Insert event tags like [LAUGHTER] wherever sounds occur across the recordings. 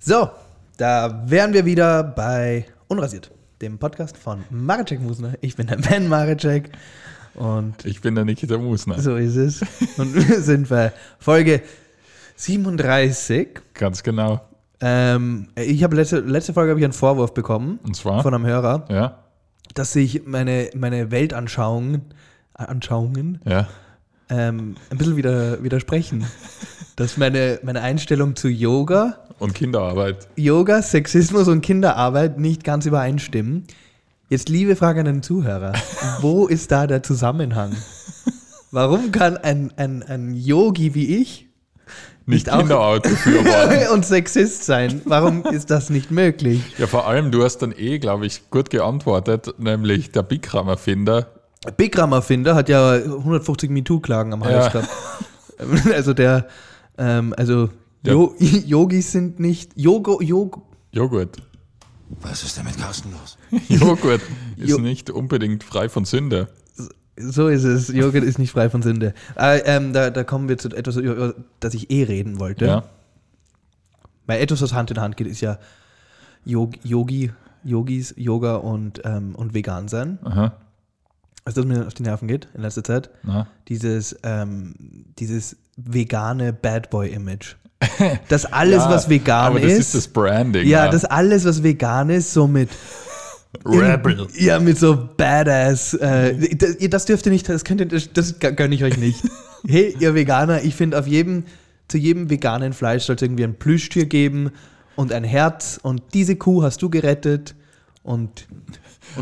So, da wären wir wieder bei Unrasiert, dem Podcast von Mareczek Musner. Ich bin der Ben Mareczek und Ich bin der Nikita Musner. so ist es. Und wir [LAUGHS] sind bei Folge 37. Ganz genau. Ähm, ich habe letzte, letzte Folge habe ich einen Vorwurf bekommen Und zwar, von einem Hörer, ja, dass ich meine, meine Weltanschauungen Anschauungen, ja, ähm, ein bisschen wieder, [LAUGHS] widersprechen. Dass meine, meine Einstellung zu Yoga und Kinderarbeit. Yoga, Sexismus und Kinderarbeit nicht ganz übereinstimmen. Jetzt liebe Frage an den [LAUGHS] Zuhörer. Wo ist da der Zusammenhang? Warum kann ein, ein, ein Yogi wie ich Nicht, Nicht auch- Kinderarbeit befürworten. [LAUGHS] und Sexist sein? Warum ist das nicht möglich? [LAUGHS] ja, vor allem, du hast dann eh, glaube ich, gut geantwortet, nämlich der Bikram-Erfinder. Bigrammer-Finder hat ja 150 MeToo-Klagen am Hals Ja. gehabt. Also der, ähm, also Ja. Jo Yogis sind nicht, Yogo, Yogo, [LAUGHS] Joghurt. Was ist denn mit Carsten los? Joghurt ist Jo- nicht unbedingt frei von Sünde. So ist es. Joghurt ist nicht frei von Sünde. Aber, ähm, da, da kommen wir zu etwas, über- über das ich eh reden wollte. Ja, Weil etwas, was Hand in Hand geht, ist ja Yog- Yogi, Yogis, Yoga und, ähm, und vegan sein. aha, Also, das mir auf die Nerven geht in letzter Zeit. na, Dieses, ähm, dieses vegane Bad [LAUGHS] Boy-Image. Dass alles, Ja, was vegan aber das ist ist. das Branding. ja, das alles, was vegan ist, so mit Rebel. Ja, mit so Badass. Äh, das, ihr- das dürft ihr nicht, das könnt ihr, das, das gönne ich euch [LAUGHS] nicht. Hey, ihr Veganer, ich finde auf jedem, zu jedem veganen Fleisch sollte es irgendwie ein Plüschtier geben und ein Herz und diese Kuh hast du gerettet und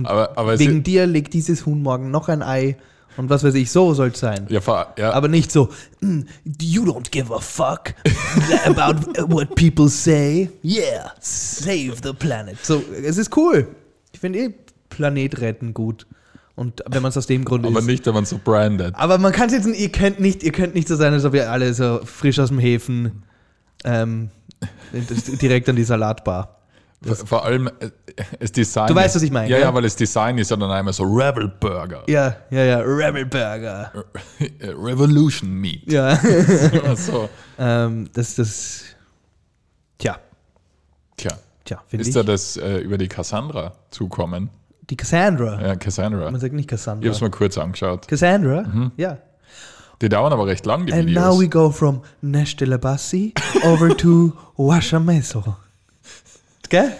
Aber, aber es wegen ist, dir legt dieses Huhn morgen noch ein Ei und was weiß ich, so soll's sein. ja, vor- ja, Aber nicht so, "Mm, you don't give a fuck about what people say. Yeah, save the planet. So, es ist cool. Ich finde eh Planet retten gut. Und wenn man es aus dem Grund aber ist. nicht, wenn man so brandet. aber man kann es jetzt, ihr könnt nicht, ihr könnt nicht so sein, als ob ihr alle so frisch aus dem Häfen ähm, direkt an die Salatbar. Vor- Vor allem, äh, es Design. Du weißt, was ich meine, Ja, ja? ja, weil das Design ist ja dann einmal so Rebel Burger. Ja, ja, ja, Rebel Burger. [LAUGHS] Revolution Meat. Ja, [LAUGHS] Ja. [LAUGHS] so. ähm, das, das, tja, Tja. tja, finde ich. Ist da das äh, über die Cassandra zukommen? die Cassandra. Ja, Cassandra. Man Ich sagt nicht Cassandra. habe es mal kurz angeschaut. Cassandra? Ja. Die dauern aber recht lang, die And now Videos. we go from Nesh de la Bassi [LAUGHS] over to Washameso. Gell?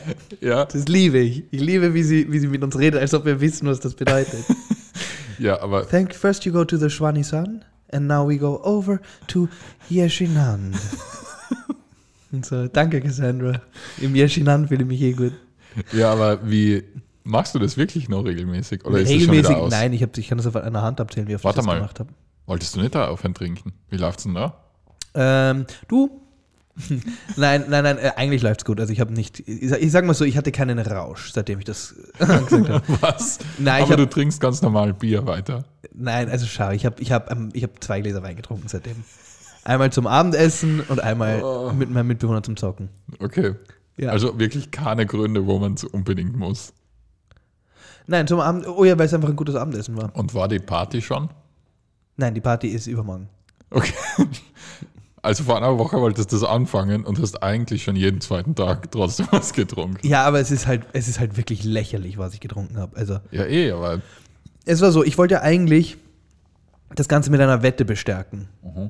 Ja, Das liebe ich. Ich liebe, wie sie, wie sie mit uns redet, als ob wir wissen, was das bedeutet. ja, [LAUGHS] aber Thank first you go to the Shwanisan and now we go over to Yeshinan. [LAUGHS] Und so, danke Cassandra. Im Yeshinan fühle ich mich eh gut. ja, aber wie machst du das wirklich noch regelmäßig? Oder ist das schon Regelmäßig, wieder aus? nein, ich, hab, ich kann das auf einer Hand abzählen, wie oft Warte ich das mal. gemacht habe. Wolltest du nicht da aufhören trinken? Wie läuft's denn da? Ähm, du? [LAUGHS] nein, nein, nein, äh, eigentlich läuft's gut. Also ich habe nicht, ich, sag- ich sag mal so, ich hatte keinen Rausch, seitdem ich das [LAUGHS] gesagt habe. Was? Nein, ich aber hab, du trinkst ganz normal Bier weiter. nein, also schau, ich habe ich hab, ähm, ich hab zwei Gläser Wein getrunken seitdem. Einmal zum Abendessen und einmal Oh. mit meinem Mitbewohner zum Zocken. Okay. Ja. Also wirklich keine Gründe, wo man es unbedingt muss. Nein, zum Abend, oh ja, weil es einfach ein gutes Abendessen war. Und war die Party schon? Nein, die Party ist übermorgen. Okay. [LAUGHS] Also vor einer Woche wolltest du das anfangen und hast eigentlich schon jeden zweiten Tag trotzdem [LAUGHS] was getrunken. Ja, aber es ist halt, es ist halt wirklich lächerlich, was ich getrunken habe. Also Ja, eh, aber es war so, ich wollte ja eigentlich das Ganze mit einer Wette bestärken. Mhm.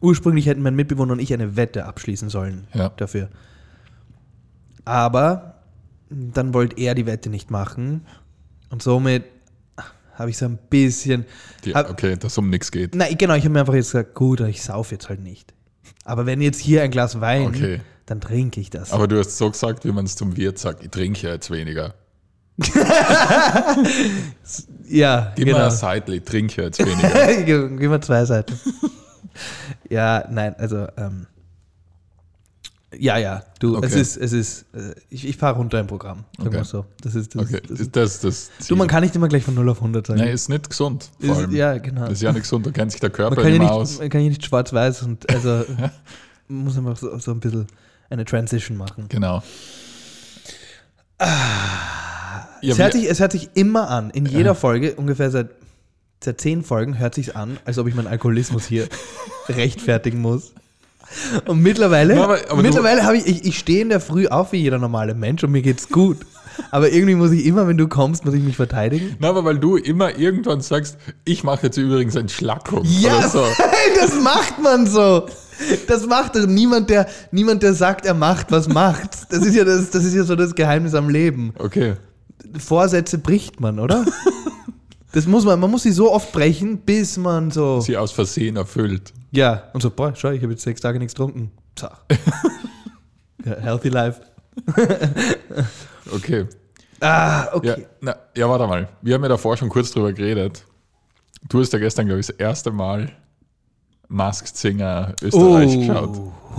Ursprünglich hätten mein Mitbewohner und ich eine Wette abschließen sollen Ja. dafür. Aber dann wollte er die Wette nicht machen und somit habe ich so ein bisschen. die, hab, okay, dass um nichts geht. Nein, genau, ich habe mir einfach jetzt gesagt, gut, ich sauf jetzt halt nicht. Aber wenn jetzt hier ein Glas Wein, Okay. dann trinke ich das. Aber du hast so gesagt, wie man es zum Wirt sagt, ich trinke ja jetzt weniger. ja, genau. Gib mir ein Seidel, ich trinke ja jetzt weniger. Gib gib mir zwei Seiten. [LAUGHS] ja, nein, also ähm, ja, ja, du, es Okay. ist, es ist, äh, ich, ich fahre runter im Programm, sagen Okay. wir so. Das ist, [LAUGHS] das Okay, ist, das ist ist das das Ziel? du, man kann nicht immer gleich von 0 auf 100 sagen. Nein, ist nicht gesund. Vor Ist- allem. ja, genau. Das ist ja nicht gesund, da kennt sich der man Körper kann ja nicht mehr nicht, aus. man kann ja nicht schwarz-weiß und [LAUGHS] also muss einfach so, so ein bisschen eine Transition machen. Genau. Ja, Ah, es, hört wie, sich, es hört sich immer an, in jeder Folge, ungefähr seit, [LAUGHS] seit zehn Folgen, hört sich an, als ob ich meinen Alkoholismus hier rechtfertigen muss. Und mittlerweile, Na, aber- aber du- mittlerweile habe ich, ich, ich stehe in der Früh auf wie jeder normale Mensch und mir geht's gut. Aber irgendwie muss ich immer, wenn du kommst, muss ich mich verteidigen. Na, aber weil du immer irgendwann sagst, ich mache jetzt übrigens ein Schlackung. Ja, Oder [LAUGHS] so. das macht man so. Das macht doch niemand, der, niemand, der sagt, er macht, was macht. Das ist ja das, das ist ja so das Geheimnis am Leben. Okay. Vorsätze bricht man, [LAUGHS] oder? Das muss man, man muss sie so oft brechen, bis man so. Sie aus Versehen erfüllt. Ja. Und so, boah, schau, ich habe jetzt sechs Tage nichts getrunken. [LAUGHS] Zach. ja, healthy life. Okay. Ah, okay. Ja, na, ja, warte mal. Wir haben ja davor schon kurz drüber geredet. Du hast ja gestern, glaube ich, das erste Mal Masked Singer Österreich geschaut.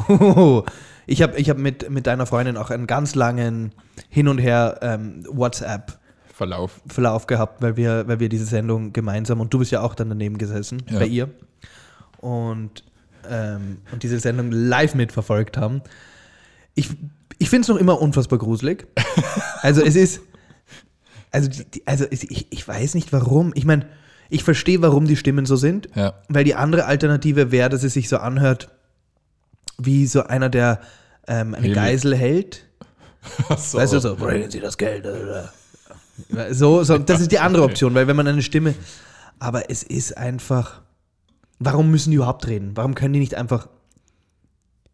Oh. Ich habe ich hab mit, mit deiner Freundin auch einen ganz langen Hin und Her ähm, WhatsApp-Verlauf Verlauf. gehabt, weil wir, weil wir diese Sendung gemeinsam und du bist ja auch dann daneben gesessen Ja. bei ihr und, ähm, und diese Sendung live mitverfolgt haben. Ich, ich finde es noch immer unfassbar gruselig. Also es ist, also, die- die, also es- ich, ich weiß nicht warum. Ich meine, ich verstehe, warum die Stimmen so sind. Ja. Weil die andere Alternative wäre, dass es sich so anhört, wie so einer, der ähm, eine Hebel. Geisel hält. So. Weißt du, so, bringen Sie das Geld. So, so, das ist die andere Okay. Option, weil wenn man eine Stimme. Aber es ist einfach. Warum müssen die überhaupt reden? Warum können die nicht einfach.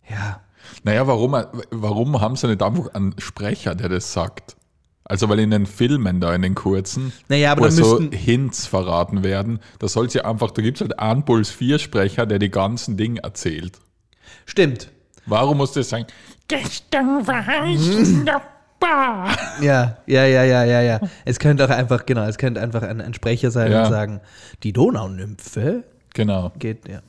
Ja. Naja, warum, warum haben sie nicht einfach einen Sprecher, der das sagt? Also, weil in den Filmen da, in den kurzen, Naja, aber wo da so müssten- Hints verraten werden, da soll ja einfach, da gibt es halt einen Puls 4 Sprecher, der die ganzen Dinge erzählt. Stimmt. Warum musst du das sagen? Gestern war ich in der Bar. Ja, ja, ja, ja, ja, ja. Es könnte auch einfach, genau, es könnte einfach ein, ein Sprecher sein Ja. und sagen, die Donaunymphe Genau. geht, ja.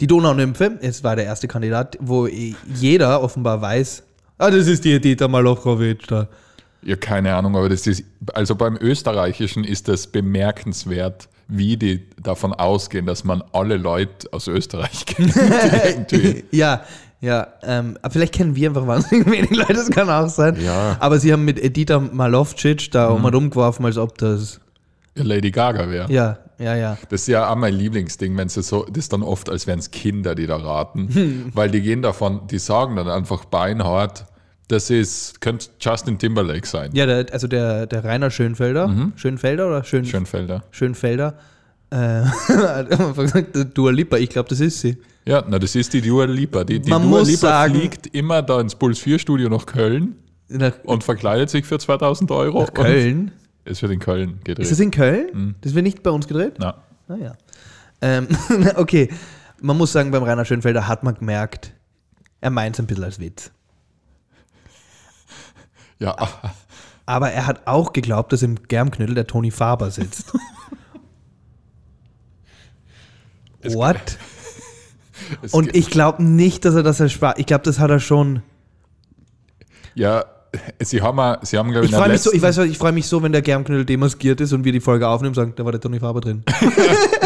Die Donaunymphe, es war der erste Kandidat, wo eh jeder offenbar weiß, ah, das ist die Dieter Malochrowitsch da. Ja, keine Ahnung, aber das ist, also beim Österreichischen ist das bemerkenswert, wie die davon ausgehen, dass man alle Leute aus Österreich [LAUGHS] kennt. [LAUGHS] irgendwie. ja, ja. Ähm, aber vielleicht kennen wir einfach wahnsinnig wenig Leute, das kann auch sein. Ja. Aber sie haben mit Edita Malofcic da um und umgeworfen, als ob das. Ja, Lady Gaga wäre. Ja, ja, ja. Das ist ja auch mein Lieblingsding, wenn sie so, das ist dann oft, als wären es Kinder, die da Hm. raten, weil die gehen davon, die sagen dann einfach beinhart, das ist, könnte Justin Timberlake sein, Ja, der, also der, der Rainer Schönfelder. Schönfelder oder Schön, Schönfelder. Schönfelder? Äh, [LAUGHS] hat einfach gesagt, äh, Dua Lipa, ich glaube, das ist sie. Ja, na, das ist die Dua Lipa. Die, die Man Dua muss Lipa sagen- fliegt immer da ins Puls 4 Studio nach Köln Nach und verkleidet sich für 2000 Euro. und- Köln. Es wird in Köln gedreht. Ist das in Köln? Das wird nicht bei uns gedreht? Na, Naja. Ähm, [LAUGHS] okay, man muss sagen, beim Rainer Schönfelder hat man gemerkt, er meint es ein bisschen als Witz. ja, Ah. Aber er hat auch geglaubt, dass im Germknödel der Toni Faber [LAUGHS] sitzt. What? [LAUGHS] es Und ge- ich glaube nicht, dass er das erspart. Ich glaube, das hat er schon. ja, sie haben, ja- sie haben glaube Ich ich, in der freue mich so, ich letzten- weiß, was, ich freue mich so, wenn der Germknödel demaskiert ist und wir die Folge aufnehmen und sagen, da war der Toni Faber drin.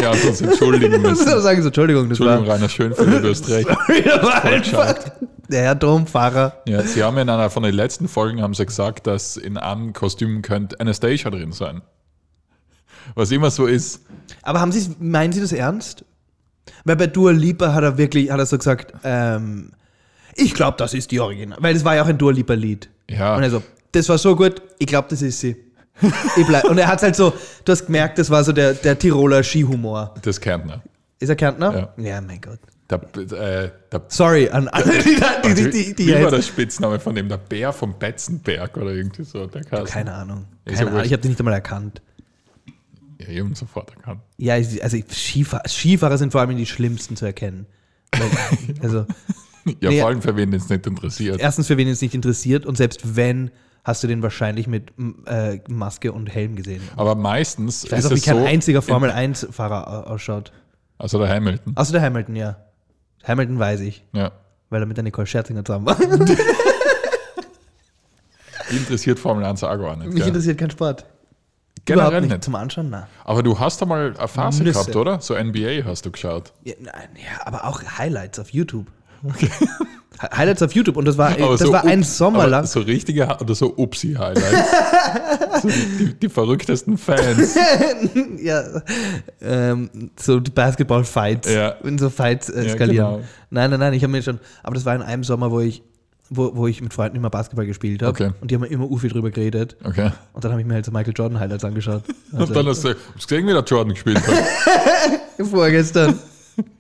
ja, [LAUGHS] uns entschuldigen müssen. so sagen sie, Entschuldigung, das Entschuldigung, war. Rainer Schönfelder, du hast [LAUGHS] recht. Der war Volksschad. einfach- Der Herr Dompfarrer. Ja, sie haben in einer von den letzten Folgen haben sie gesagt, dass in einem Kostüm könnte Anastasia drin sein. Was immer so ist. Aber haben Sie, meinen Sie das ernst? Weil bei Dua Lipa hat er wirklich, hat er so gesagt, ähm, ich glaube, das ist die Original. Weil das war ja auch ein Dua Lipa-Lied. Ja. Und also- er so, das war so gut, ich glaube, das ist [LAUGHS] sie. Ich bleib. Und er hat halt so, du hast gemerkt, das war so der, der Tiroler Skihumor. Das Kärntner. Ist er Kärntner? Ja, mein Gott. Der, äh, der, Sorry an alle, die, da- die, die, die, die wie war jetzt, der Spitzname von dem? Der Bär vom Betzenberg oder irgendwie so. Der Keine Ahnung. Ist Keine ja Ahnung. wurscht. Ich habe den nicht einmal erkannt. Ja, eben sofort erkannt. Ja, ich- also ich- Skifahrer, Skifahrer sind vor allem die schlimmsten zu erkennen. [LAUGHS] Weil- also. Ja, Nee. vor allem für wen es nicht interessiert. erstens für wen es nicht interessiert und selbst wenn, hast du den wahrscheinlich mit m, äh, Maske und Helm gesehen. Aber meistens Ich weiß ist auch, wie es kein so. einziger Formel-1-Fahrer au- ausschaut. also der Hamilton. Außer der Hamilton, ja. Hamilton weiß ich, Ja. weil er mit der Nicole Scherzinger zusammen war. [LAUGHS] Die interessiert Formel 1 auch gar nicht. Mich Gell? interessiert kein Sport. Generell Überhaupt nicht. Zum Anschauen, na. Aber du hast da mal eine Phase Nüsse. gehabt, oder? So NBA hast du geschaut. Ja, nein, ja, aber auch Highlights auf YouTube. Hi- [LAUGHS] Highlights auf YouTube und das war, Aber Äh, das so war ein ups- Sommer aber lang. So richtige Ha- oder so Upsi-Highlights. so die, die, die verrücktesten Fans. [LAUGHS] ja, ähm, so die Basketball-Fights, Ja. wenn so Fights äh, Ja, eskalieren. genau. Nein, nein, nein, ich habe mir schon, aber das war in einem Sommer, wo ich, wo, wo ich mit Freunden immer Basketball gespielt habe Okay. und die haben immer viel drüber geredet Okay. und dann habe ich mir halt so Michael Jordan Highlights angeschaut. Also, [LAUGHS] Und dann hast du gesagt, hab's gesehen, wie der Jordan gespielt [LAUGHS] hat. [LAUGHS] vorgestern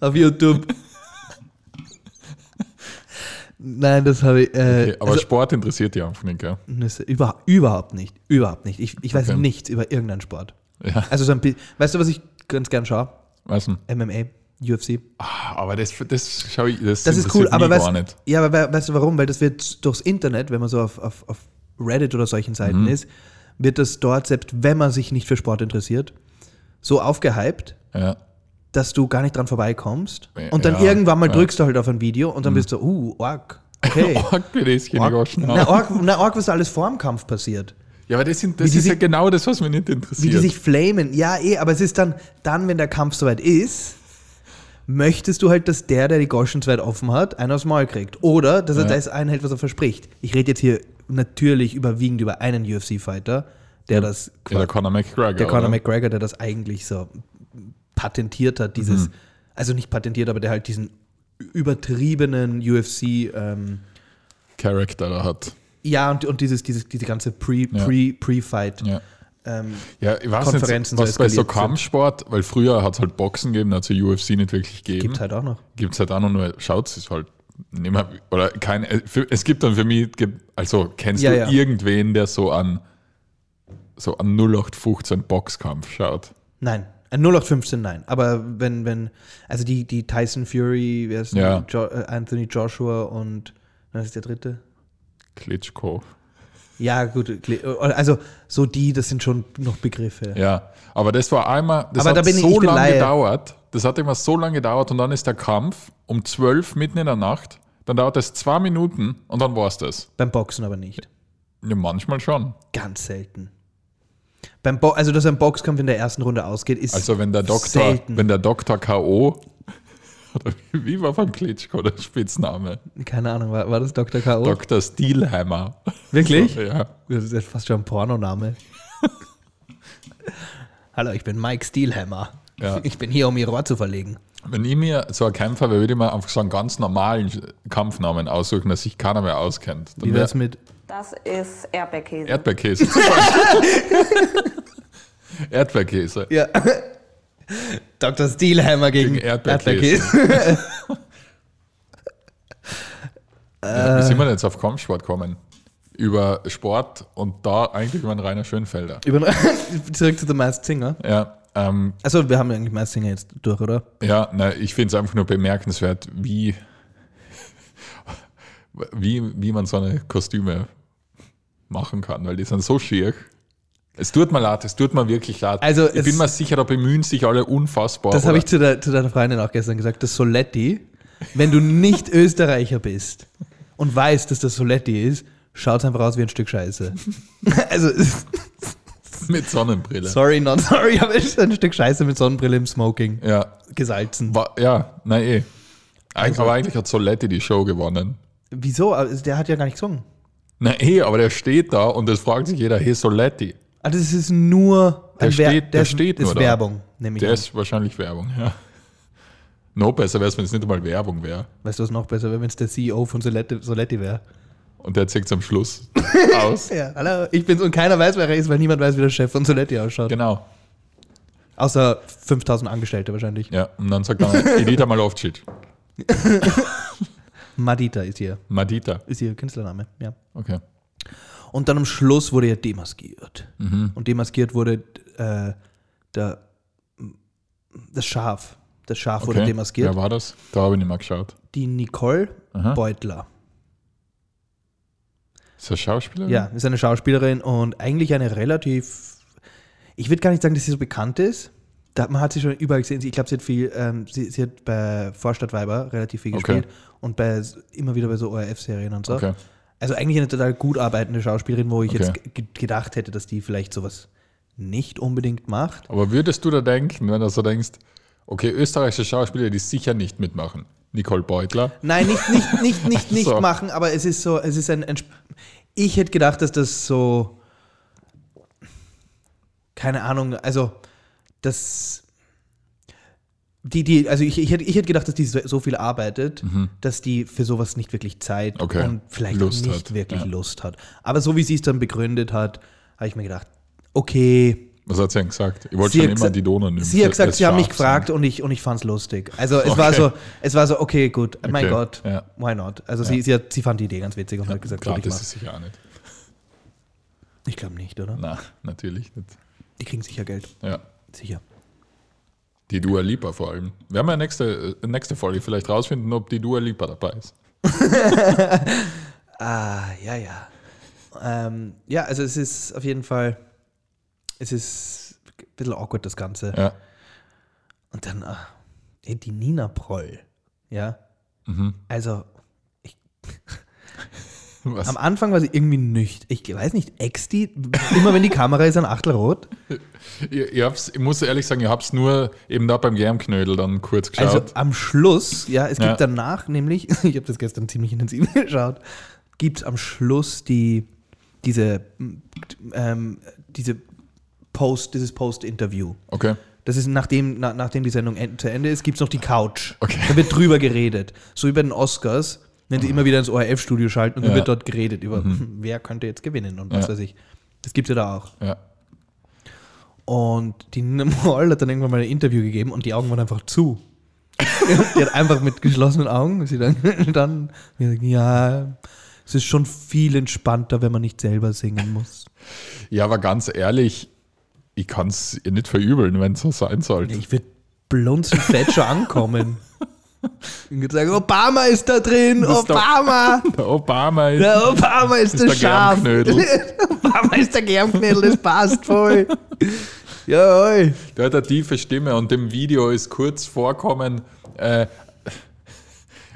auf YouTube. Nein, das habe ich. Äh, Okay, aber also, Sport interessiert die einfach nicht, gell? Nüsse. Über, überhaupt nicht. Überhaupt nicht. Ich, ich weiß Okay. nichts über irgendeinen Sport. Ja, Also so ein bisschen. Weißt du, was ich ganz gern schaue? weißt du. MMA, UFC. Ah, Aber das, das schaue ich, das, Das ist interessiert cool, aber mich weißt, gar nicht. Ja, aber we- weißt du warum? Weil das wird durchs Internet, wenn man so auf, auf, auf Reddit oder solchen Seiten Mhm. ist, wird das dort, selbst wenn man sich nicht für Sport interessiert, so aufgehypt, Ja. dass du gar nicht dran vorbeikommst. Ja, Und dann ja, irgendwann mal ja. Mhm. drückst du halt auf ein Video und dann bist du, uh, arg. [LAUGHS] Okay. Org bin ich, Org- na, Ja, arg, na, arg, was da alles vorm Kampf passiert. aber das, sind, das die ist ja sich- genau das, was mich nicht Wie interessiert. die sich flamen. Ja, eh, aber es ist dann, dann, wenn der Kampf soweit ist, möchtest du halt, dass der, der die Goschen zu weit offen hat, einen aufs Maul kriegt. Oder, dass er Ja. das einhält, was er verspricht. Ich rede jetzt hier natürlich überwiegend über einen UFC-Fighter, der das, ja, der Conor McGregor. der Conor oder? McGregor, der das eigentlich so patentiert hat, dieses, Mhm. also nicht patentiert, aber der halt diesen übertriebenen UFC, ähm, Character da hat. ja, und, und dieses, dieses, diese ganze Pre- Ja. Mhm. Pre- Pre-Fight. Ja. ähm, Ja, ich weiß Konferenzen nicht, was so bei so eskaliert sind. Kampfsport, weil früher hat es halt Boxen gegeben, da hat es UFC nicht wirklich gegeben. gibt halt auch noch. Gibt es halt auch noch nur, schaut es halt nicht mehr, oder kein, äh, für- es gibt dann für mich, gibt- also kennst Ja, du ja. irgendwen, der so an so an 0815 Boxkampf schaut? Nein. äh, Ein 0815, nein. Aber wenn, wenn, also die, die Tyson Fury, wer ist Ja. denn? jo äh, Anthony Joshua und was ist der dritte? Klitschko. Ja, gut, Kle- also so die, das sind schon noch Begriffe. Ja, aber das war einmal, das Aber hat da bin ich- so ich bin lange Laie. gedauert. Das hat immer so lange gedauert und dann ist der Kampf um 12 mitten in der Nacht. Dann dauert es zwei Minuten und dann war es das. Beim Boxen aber nicht. Ja, manchmal schon. Ganz selten. Beim Bo also, dass ein Boxkampf in der ersten Runde ausgeht, ist Also wenn der Doktor, selten. wenn der Doktor K.O. [LAUGHS] oder wie war von Klitschko der Spitzname? Keine Ahnung, war, war das Dr. K.O.? Dr. Steelhammer. Wirklich? Ja. Das ist ja fast schon ein Pornoname. [LAUGHS] Hallo, ich bin Mike Steelhammer. Ja. Ich bin hier, um ihr Rohr zu verlegen. Wenn ich mir so ein Kämpfer wäre, würde ich mir einfach so einen ganz normalen Kampfnamen aussuchen, dass sich keiner mehr auskennt. Dann Wie wär- wär's mit Das ist [LAUGHS] Erdbeerkäse. Erdbeerkäse zum Beispiel. Erdbeerkäse. Ja. [LAUGHS] Dr. Steelhammer gegen, Gegen Erdbeerkäse. [LAUGHS] Erdbeerkäse. Ja, Wie sind wir denn jetzt auf Kampfsport kommen? Über Sport und da eigentlich über den Rainer Schönfelder. Über- [LAUGHS] Zurück zu The Masked Singer. Ja, ähm, Achso, wir haben eigentlich Masked Singer jetzt durch, oder? ja na, ich finde es einfach nur bemerkenswert, wie, wie, wie man so eine Kostüme machen kann, weil die sind so schier. Es tut mir leid, es tut mir wirklich leid. Also ich es- bin mir sicher, da bemühen sich alle unfassbar. Das habe oder? ich zu, der, zu deiner Freundin auch gestern gesagt. Das Soletti, wenn du [LAUGHS] nicht Österreicher bist und weißt, dass das Soletti ist, schaut einfach aus wie ein Stück [LAUGHS] Scheiße. also, [LAUGHS] mit Sonnenbrille. sorry, not sorry, aber es ist ein Stück Scheiße mit Sonnenbrille im Smoking. Ja, Gesalzen. Wa- ja, nein, eh. Eig Also aber eigentlich hat Soletti die Show gewonnen. Wieso? Aber Der hat ja gar nicht gesungen. Na eh, aber der steht da und das fragt sich jeder, hey Soletti. Also, es ist nur. Der Wer- steht- der ist- steht ist nur da. Werbung, nämlich. Der ist wahrscheinlich Werbung, ja. No besser wäre es, wenn es nicht einmal Werbung wäre. Weißt du, was noch besser wäre, wenn es der CEO von Soletti, Soletti wäre? Und der zeigt es am Schluss [LAUGHS] aus. Ja, hallo, ich bin's und keiner weiß, wer er ist, weil niemand weiß, wie der Chef von Soletti ausschaut. Genau. Außer 5000 Angestellte wahrscheinlich. Ja, und dann sagt er, Edita Malovcic, Madita ist ihr, Madita. ist ihr Künstlername, ja. Okay. Und dann am Schluss wurde er demaskiert. Mhm. Und demaskiert wurde äh, der, das Schaf. Das Schaf wurde okay. demaskiert. Wer war das? Da habe ich nicht mal geschaut. Die Nicole Aha. Beutler. Ist das Schauspieler? Ja, ist eine Schauspielerin und eigentlich eine relativ. Ich würde gar nicht sagen, dass sie so bekannt ist. Da, man hat sie schon überall gesehen. Sie- Ich glaube, sie hat viel. Ähm, sie, sie hat bei Vorstadtweiber relativ viel Okay. gespielt und bei, s- immer wieder bei so ORF-Serien und so. Okay. Also eigentlich eine total gut arbeitende Schauspielerin, wo ich Okay. jetzt ge- gedacht hätte, dass die vielleicht sowas nicht unbedingt macht. Aber würdest du da denken, wenn du so denkst, okay, österreichische Schauspieler, die sicher nicht mitmachen. Nicole Beutler. Nein, nicht, nicht, [LAUGHS] nicht, nicht, nicht So. machen, aber es ist so, es ist ein, ein. Sp- Ich hätte gedacht, dass das so. Keine Ahnung, also, das. Die, die, also ich, ich, hätte, ich hätte gedacht, dass die so so viel arbeitet, dass die für sowas nicht wirklich Zeit Mhm. Okay. und vielleicht Lust auch nicht hat, wirklich ja. Lust hat. Aber so wie sie es dann begründet hat, habe ich mir gedacht, okay. Was hat sie denn gesagt? Ich wollte Sie schon hat immer gesa- die Donau Sie hat gesagt, sie haben mich gefragt und ich, und ich fand es lustig. Also es war Okay. so, es war so, okay, gut, mein Okay, Gott, ja. why not? Also sie, sie, hat, sie fand die Idee ganz witzig und hat gesagt, Klar, gut, ich das mach's. ist sicher auch nicht. Ich glaube nicht, oder? Na, natürlich nicht. Die kriegen sicher Geld. Ja. Sicher. Die Dua Lipa vor allem. Wir haben ja nächste, äh, nächste Folge vielleicht rausfinden, ob die Dua Lipa dabei ist. Ah, ja, ja. Ähm, ja, also es ist auf jeden Fall, es ist ein bisschen awkward, das Ganze. Ja. Und dann, ah, ey, die Nina Proll, ja? Mhm. Also, Was? Am Anfang war sie irgendwie nüchtern. Ich weiß nicht, ex die? Immer wenn die Kamera ist, ein Achtelrot. Ich, ich, hab's, ich muss ehrlich sagen, ich hab's nur eben da beim Germknödel dann kurz Also geschaut. am Schluss, ja, es gibt Ja. danach nämlich, [LAUGHS] ich habe das gestern ziemlich intensiv [LAUGHS] geschaut, gibt es am Schluss die, diese, ähm, diese Post, dieses Post-Interview. okay. Das ist nachdem, na, nachdem die Sendung en- zu Ende ist, gibt es noch die Couch. Okay. Mhm. Da wird drüber geredet. So wie bei den Oscars, wenn sie immer wieder ins ORF-Studio schalten und dann Ja. Mhm. wird dort geredet über, [LAUGHS] wer könnte jetzt gewinnen und was Ja. weiß ich. Das gibt es ja da auch. Ja. Und die Nina Moll hat dann irgendwann mal ein Interview gegeben und die Augen waren einfach zu. die hat einfach mit geschlossenen Augen sie dann, [LAUGHS] dann gesagt, ja, es ist schon viel entspannter, wenn man nicht selber singen muss. ja, aber ganz ehrlich, ich kann's ihr nicht verübeln, wenn's so sein sollte. Ich würde blunzen Thatcher ankommen. Und würde sagen, Obama ist da drin, Das ist doch- Obama! Der Obama ist. Der Obama ist, Ist das der Schaf. [LAUGHS] Germknödel. Obama ist der Germknödel, das passt voll. Jawohl. Der hat eine tiefe Stimme und dem Video ist kurz vorkommen, äh,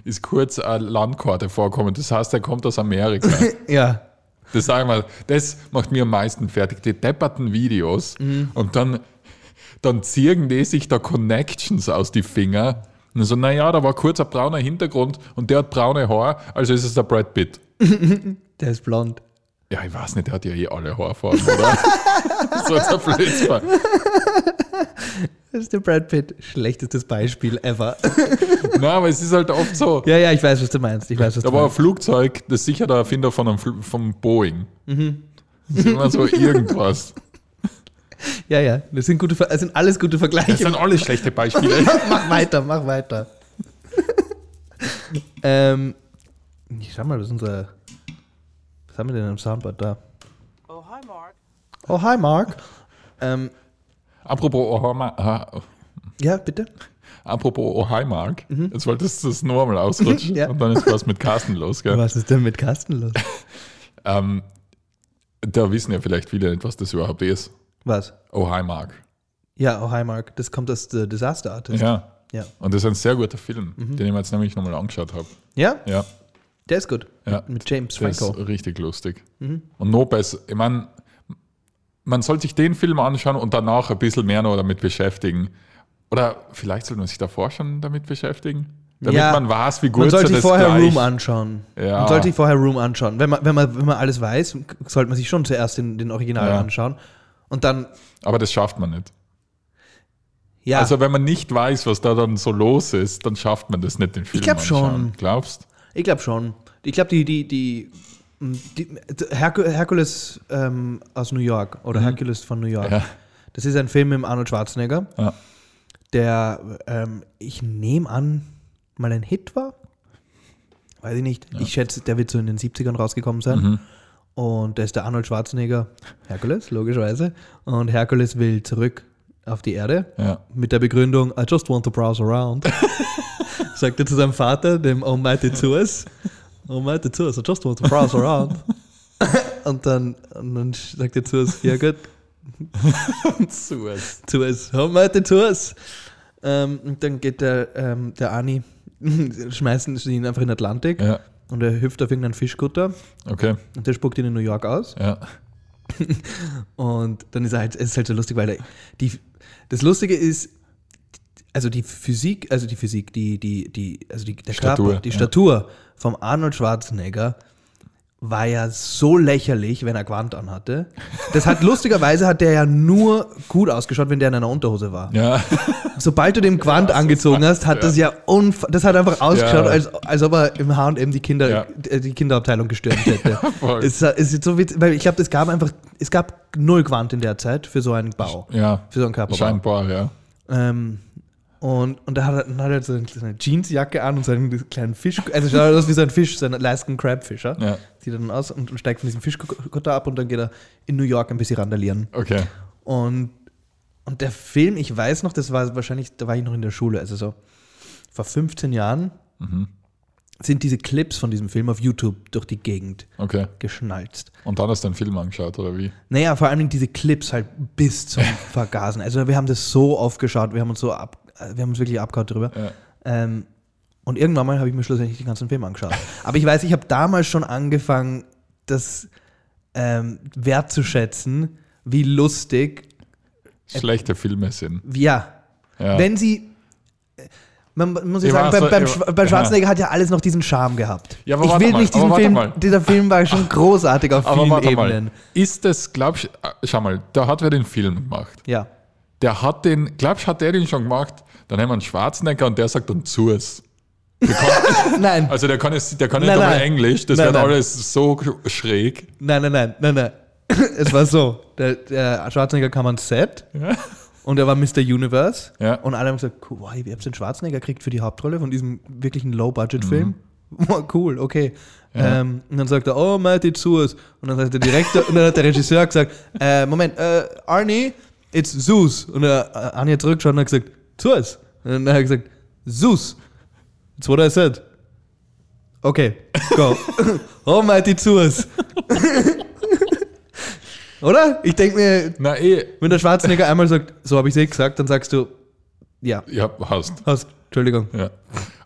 ist kurz eine Landkarte vorkommen. Das heißt, er kommt aus Amerika. Ja. Das sag ich mal, das macht mir am meisten fertig. Die depperten Videos und dann, dann ziehen die sich da Connections aus die Finger. Und so, naja, da war kurz ein brauner Hintergrund und der hat braune Haare, also ist es der Brad Pitt. Der ist blond. Ja, ich weiß nicht, der hat ja eh alle Haarfarben, oder? [LAUGHS] so ein Blödsinn. Das ist der Brad Pitt. Schlechtestes Beispiel ever. Nein, aber es ist halt oft so. Ja, ja, ich weiß, was du meinst. Ich weiß, was Da du war ein meinst. Flugzeug, das ist sicher der Erfinder von einem Fl- vom Boeing. Mhm. Das ist immer so irgendwas. Ja, ja, das sind, gute, Ver- das sind alles gute [LAUGHS] Das Vergleiche. sind alle schlechte Beispiele. mach weiter, mach [LAUGHS] weiter. ähm, ich schau mal, was ist unser. Was haben wir denn am Soundboard da? Oh, hi, Mark. Ähm, Apropos Ohama, ah, ja, bitte. apropos Oheimark, jetzt wolltest du das normal ausrutschen Mhm. [LAUGHS] Ja. und dann ist was mit Carsten los. Gell? Was ist denn mit Carsten los? Ähm, da wissen ja vielleicht viele nicht, was das überhaupt ist. Was? Oheimark. Ja, oh, hi, Mark. Das kommt aus The Disaster Artist. Ja. Ja. Mhm. Und das ist ein sehr guter Film, den ich mir jetzt nämlich nochmal angeschaut habe. Ja? Ja. Der ist gut. Ja. Mit James Das Franco. ist richtig lustig. Mhm. Und noch besser, ich meine, man soll sich den Film anschauen und danach ein bisschen mehr noch damit beschäftigen. Oder vielleicht sollte man sich davor schon damit beschäftigen, damit Ja. man weiß, wie gut Man sollte sie sich das vorher gleich- Room anschauen. Ja. Man sollte sich vorher Room anschauen. Wenn man, wenn man, wenn man alles weiß, k- sollte man sich schon zuerst den, den Original Ja. anschauen. Und dann, Aber das schafft man nicht. ja, Also wenn man nicht weiß, was da dann so los ist, dann schafft man das nicht, den Film glaub schon. anschauen. Glaubst? ich glaube schon. Ich glaube, die, die, die, hm, die Herku- Hercules ähm, aus New York oder Hercules von New York, Mhm. Ja. das ist ein Film mit dem Arnold Schwarzenegger, Ja. der, ähm, ich nehme an, mal ein Hit war. Weiß ich nicht. Ich schätze, der wird so in den 70ern rausgekommen sein. Mhm. Und da ist der Arnold Schwarzenegger, Herkules, logischerweise. Und Herkules will zurück auf die Erde. Ja. [LAUGHS] Mit der Begründung, I just want to browse around. Sagt er zu seinem Vater, dem Almighty Zeus. Almighty Zeus, I just want to browse around. und, dann, und dann sagt der Zeus, ja gut, Zeus, Almighty Zeus. Ähm, und dann geht der, ähm, der Ani, [LAUGHS] schmeißen sie ihn einfach in den Atlantik. Ja, Und er hüpft auf irgendeinen Fischkutter okay. und der spuckt ihn in New York aus. Ja. Und dann ist er halt, es ist halt so lustig, weil er, die, das Lustige ist, also die Physik, also die Physik, die, die, die, also die, der Statur, Körper, die ja. Statur vom Arnold Schwarzenegger war ja so lächerlich, wenn er Quant anhatte. Das hat [LAUGHS] lustigerweise hat der ja nur gut ausgeschaut, wenn der in einer Unterhose war. Ja, [LAUGHS] Sobald du dem Quant angezogen hast, hat das ja unf das hat einfach ausgeschaut, Ja. als, als ob er im H&M die Kinder Ja. äh, die Kinderabteilung [LAUGHS] gestürmt hätte. voll. es, es ist so witzig, weil ich glaube, es gab einfach es gab null Quant in der Zeit für so einen Bau, ja. für so einen Körperbau. Scheinbar, ja. Ähm, und, und da hat er, dann hat er so eine, so eine Jeansjacke an und so einen kleinen Fisch, also schaut aus wie so ein Fisch, so ein Alaskan Crabfischer. Ja. Sieht er dann aus und, und steigt von diesem Fischkutter ab und dann geht er in New York ein bisschen randalieren. Okay. Und, und der Film, ich weiß noch, das war wahrscheinlich, da war ich noch in der Schule, also so vor 15 Jahren sind diese Clips von diesem Film auf YouTube durch die Gegend Okay. geschnalzt. Und dann hast du den Film angeschaut, oder wie? Naja, vor allem diese Clips halt bis zum Vergasen. Also wir haben das so aufgeschaut, wir haben uns so ab, äh, wir haben uns wirklich abgehauen drüber. Ja. Ähm, und irgendwann mal habe ich mir schlussendlich den ganzen Film angeschaut. Aber ich weiß, ich habe damals schon angefangen, das ähm, wertzuschätzen, wie lustig, Äh, Schlechte Filme sind. ja, Ja. wenn sie. Man muss ja Ich sagen, weiß, beim, beim, ich- Schwa- beim ja. Schwarzenegger hat ja alles noch diesen Charme gehabt. Ja, aber ich warte will mal, nicht aber diesen warte Film, mal. dieser Film war [LAUGHS] schon großartig auf Aber vielen warte Ebenen. mal. Ist das, glaubst du, ah, schau mal, da hat wer den Film gemacht. Ja. Der hat den, glaubst du, hat der den schon gemacht? Dann haben wir einen Schwarzenegger und der sagt dann zu es. Nein, [LAUGHS] Also der kann, es, der kann Nein, nicht einmal nein. Englisch, das Nein, wird nein. alles so sch- schräg. nein, nein, nein, nein, [LAUGHS] nein. Es war so: der, der Schwarzenegger kam ans Set und er war Mr. Universe. Ja. Und alle haben gesagt: cool, wow, ihr habt den Schwarzenegger gekriegt für die Hauptrolle von diesem wirklichen Low-Budget-Film. [LAUGHS] Wow, cool, okay. Ähm, und dann sagt er: Oh, mighty Zeus. Und dann sagt der Direktor, und dann hat der Regisseur gesagt: äh, Moment, äh, Arnie, it's Zeus. Und er, äh, Arnie hat zurückgeschaut und hat gesagt: Zeus. Und dann hat er gesagt: Zeus. That's what I said. Okay, go. [LAUGHS] oh, mighty Zeus. [LAUGHS] Oder? Ich denke mir, Na eh, wenn der Schwarzenegger einmal sagt, so habe ich es eh gesagt, dann sagst du, ja, ja, hast. hast, Entschuldigung. Ja.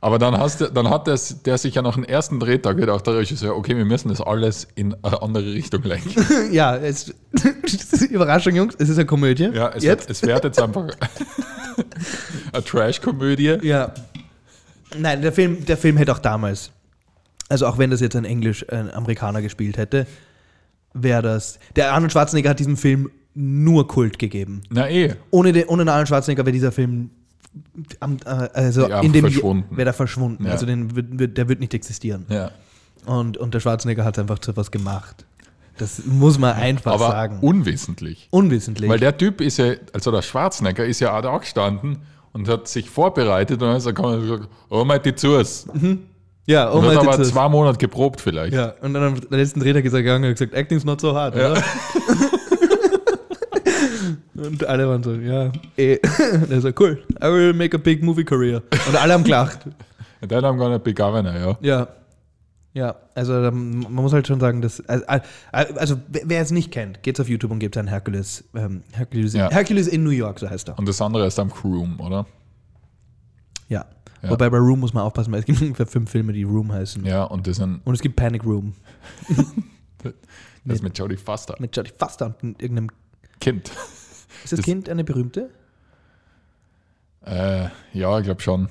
Aber dann, hast, du- dann hat der, der sich ja nach dem ersten Drehtag gedacht, der Regisseur, okay, wir müssen das alles in eine andere Richtung lenken. Ja, es, [LAUGHS] Überraschung, Jungs, es ist eine Komödie. Ja, es, Jetzt? Wird, es wird jetzt einfach [LAUGHS] eine Trash-Komödie. Ja. Nein, der Film, der Film hätte auch damals, also auch wenn das jetzt ein Englisch, ein Amerikaner gespielt hätte, wäre das, der Arnold Schwarzenegger hat diesem Film nur Kult gegeben. Na eh, ohne den, ohne den Arnold Schwarzenegger wäre dieser Film am, äh, also Ja, in dem verschwunden. wäre er verschwunden. Ja. Also den, wird- wird- der wird nicht existieren. ja. Und, und der Schwarzenegger hat einfach zu was gemacht. Das muss man einfach aber sagen. unwissentlich. Unwissentlich. Weil der Typ ist ja, also der Schwarzenegger ist ja auch da gestanden und hat sich vorbereitet und dann ist er gekommen und gesagt, oh mein [LAUGHS] die Zurs. ja, oh Und my hat aber Jesus. zwei Monate geprobt vielleicht. ja, und dann am letzten Drehtag ist er gegangen und hat gesagt, Acting's not so hard, oder? [LAUGHS] und alle waren so, ja, eh. Und er so, cool, I will make a big movie career. Und alle haben gelacht. Und dann haben wir gar nicht begonnen, ja. Ja. Ja, also ähm, man muss halt schon sagen, dass. Also, äh, also wer wer es nicht kennt, geht's auf YouTube und gibt einen Hercules. Ähm, Hercules, in, Ja. Hercules in New York, so heißt er. Und das andere ist am Room, oder? Ja. Ja. Wobei bei Room muss man aufpassen, weil es gibt [LAUGHS] ungefähr fünf Filme, die Room heißen. Ja, und das, sind, Und es gibt Panic Room das mit Jodie Foster. mit Jodie Foster und irgendeinem. Kind. Ist das, Das- Kind eine berühmte? Äh, ja, ich glaube schon.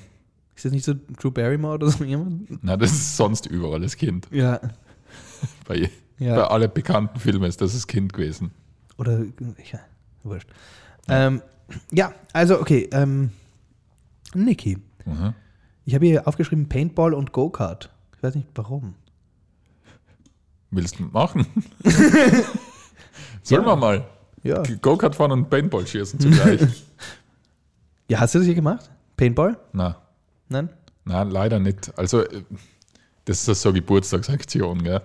Ist das nicht so Drew Barrymore oder so [LAUGHS] jemand? Na, das ist sonst überall das Kind. Ja. Bei, je- Ja. bei allen bekannten Filmen ist das das Kind gewesen. Oder. Ja, wurscht. Ja, ähm, ja also okay. Ähm, Niki. Mhm. Ich habe hier aufgeschrieben Paintball und Go-Kart. Ich weiß nicht warum. Willst du [LAUGHS] machen? Sollen wir mal Ja. Go-Kart fahren und Paintball [LAUGHS] schießen zugleich? Ja, hast du das hier gemacht? Paintball? Na, Nein? na, leider nicht. Also, äh, das ist so Geburtstagsaktion, gell?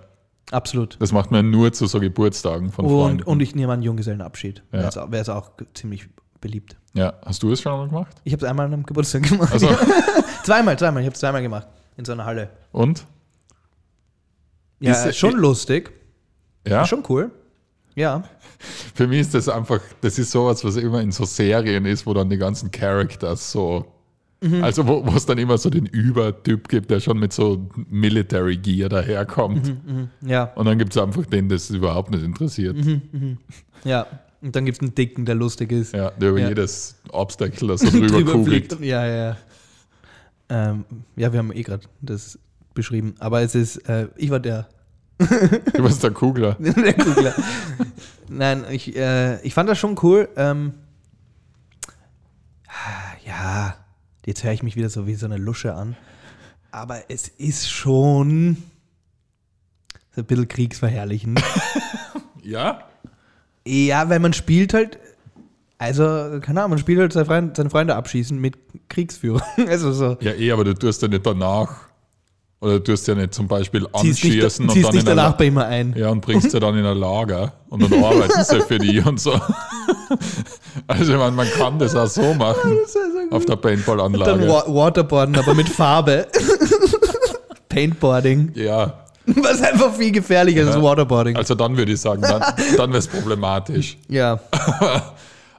Absolut. Das macht man nur zu so Geburtstagen von Freunden. Und, und ich nehme an Junggesellenabschied. Ja. Ja. Wäre es auch ge- ziemlich beliebt. ja, hast du es schon [LAUGHS] mal gemacht? Ich habe es einmal an einem Geburtstag [LAUGHS] gemacht. Also, zweimal, zweimal. Ich habe es zweimal gemacht. In so einer Halle. und? Ja, Ist- äh, schon lustig. Ja, Schon cool. Ja. für mich ist das einfach, das ist sowas, was immer in so Serien ist, wo dann die ganzen Characters so, Mhm. also wo wo es dann immer so den Übertyp gibt, der schon mit so Military Gear daherkommt. Ja. Mhm. Und dann gibt es einfach den, das überhaupt nicht interessiert. Ja. Und dann gibt es einen Dicken, der lustig ist. Ja, der über Ja. jedes Obstacle, das er [LAUGHS] drüber kugelt. fliegt. Ja, ja, ja. Ähm, ja, wir haben eh gerade das beschrieben. Aber es ist, äh, ich war der, Du warst der Kugler. der Kugler. Nein, ich, äh, ich fand das schon cool. Ähm, ja, jetzt höre ich mich wieder so wie so eine Lusche an. Aber es ist schon so ein bisschen kriegsverherrlichend. Ja? Ja, weil man spielt halt, also, keine Ahnung, man spielt halt seine Freunde, seine Freunde abschießen mit Kriegsführung. [LAUGHS] Also so. Ja, eh, aber du tust ja nicht danach. Oder du tust ja nicht zum Beispiel Ziehst nicht, anschießen und ziehst dann nicht in ein danach La- bei immer ein. ja, und bringst sie dann in ein Lager und [LAUGHS] dann arbeiten sie für die und so. [LAUGHS] Also man, man kann das auch so machen auf der Dann Paintball-Anlage. wa Waterboarden, aber mit Farbe. [LAUGHS] Paintboarding. Ja, [LAUGHS] Was einfach viel gefährlicher ist als Ja. Waterboarding. also dann würde ich sagen, dann, dann wäre es problematisch. ja. [LAUGHS]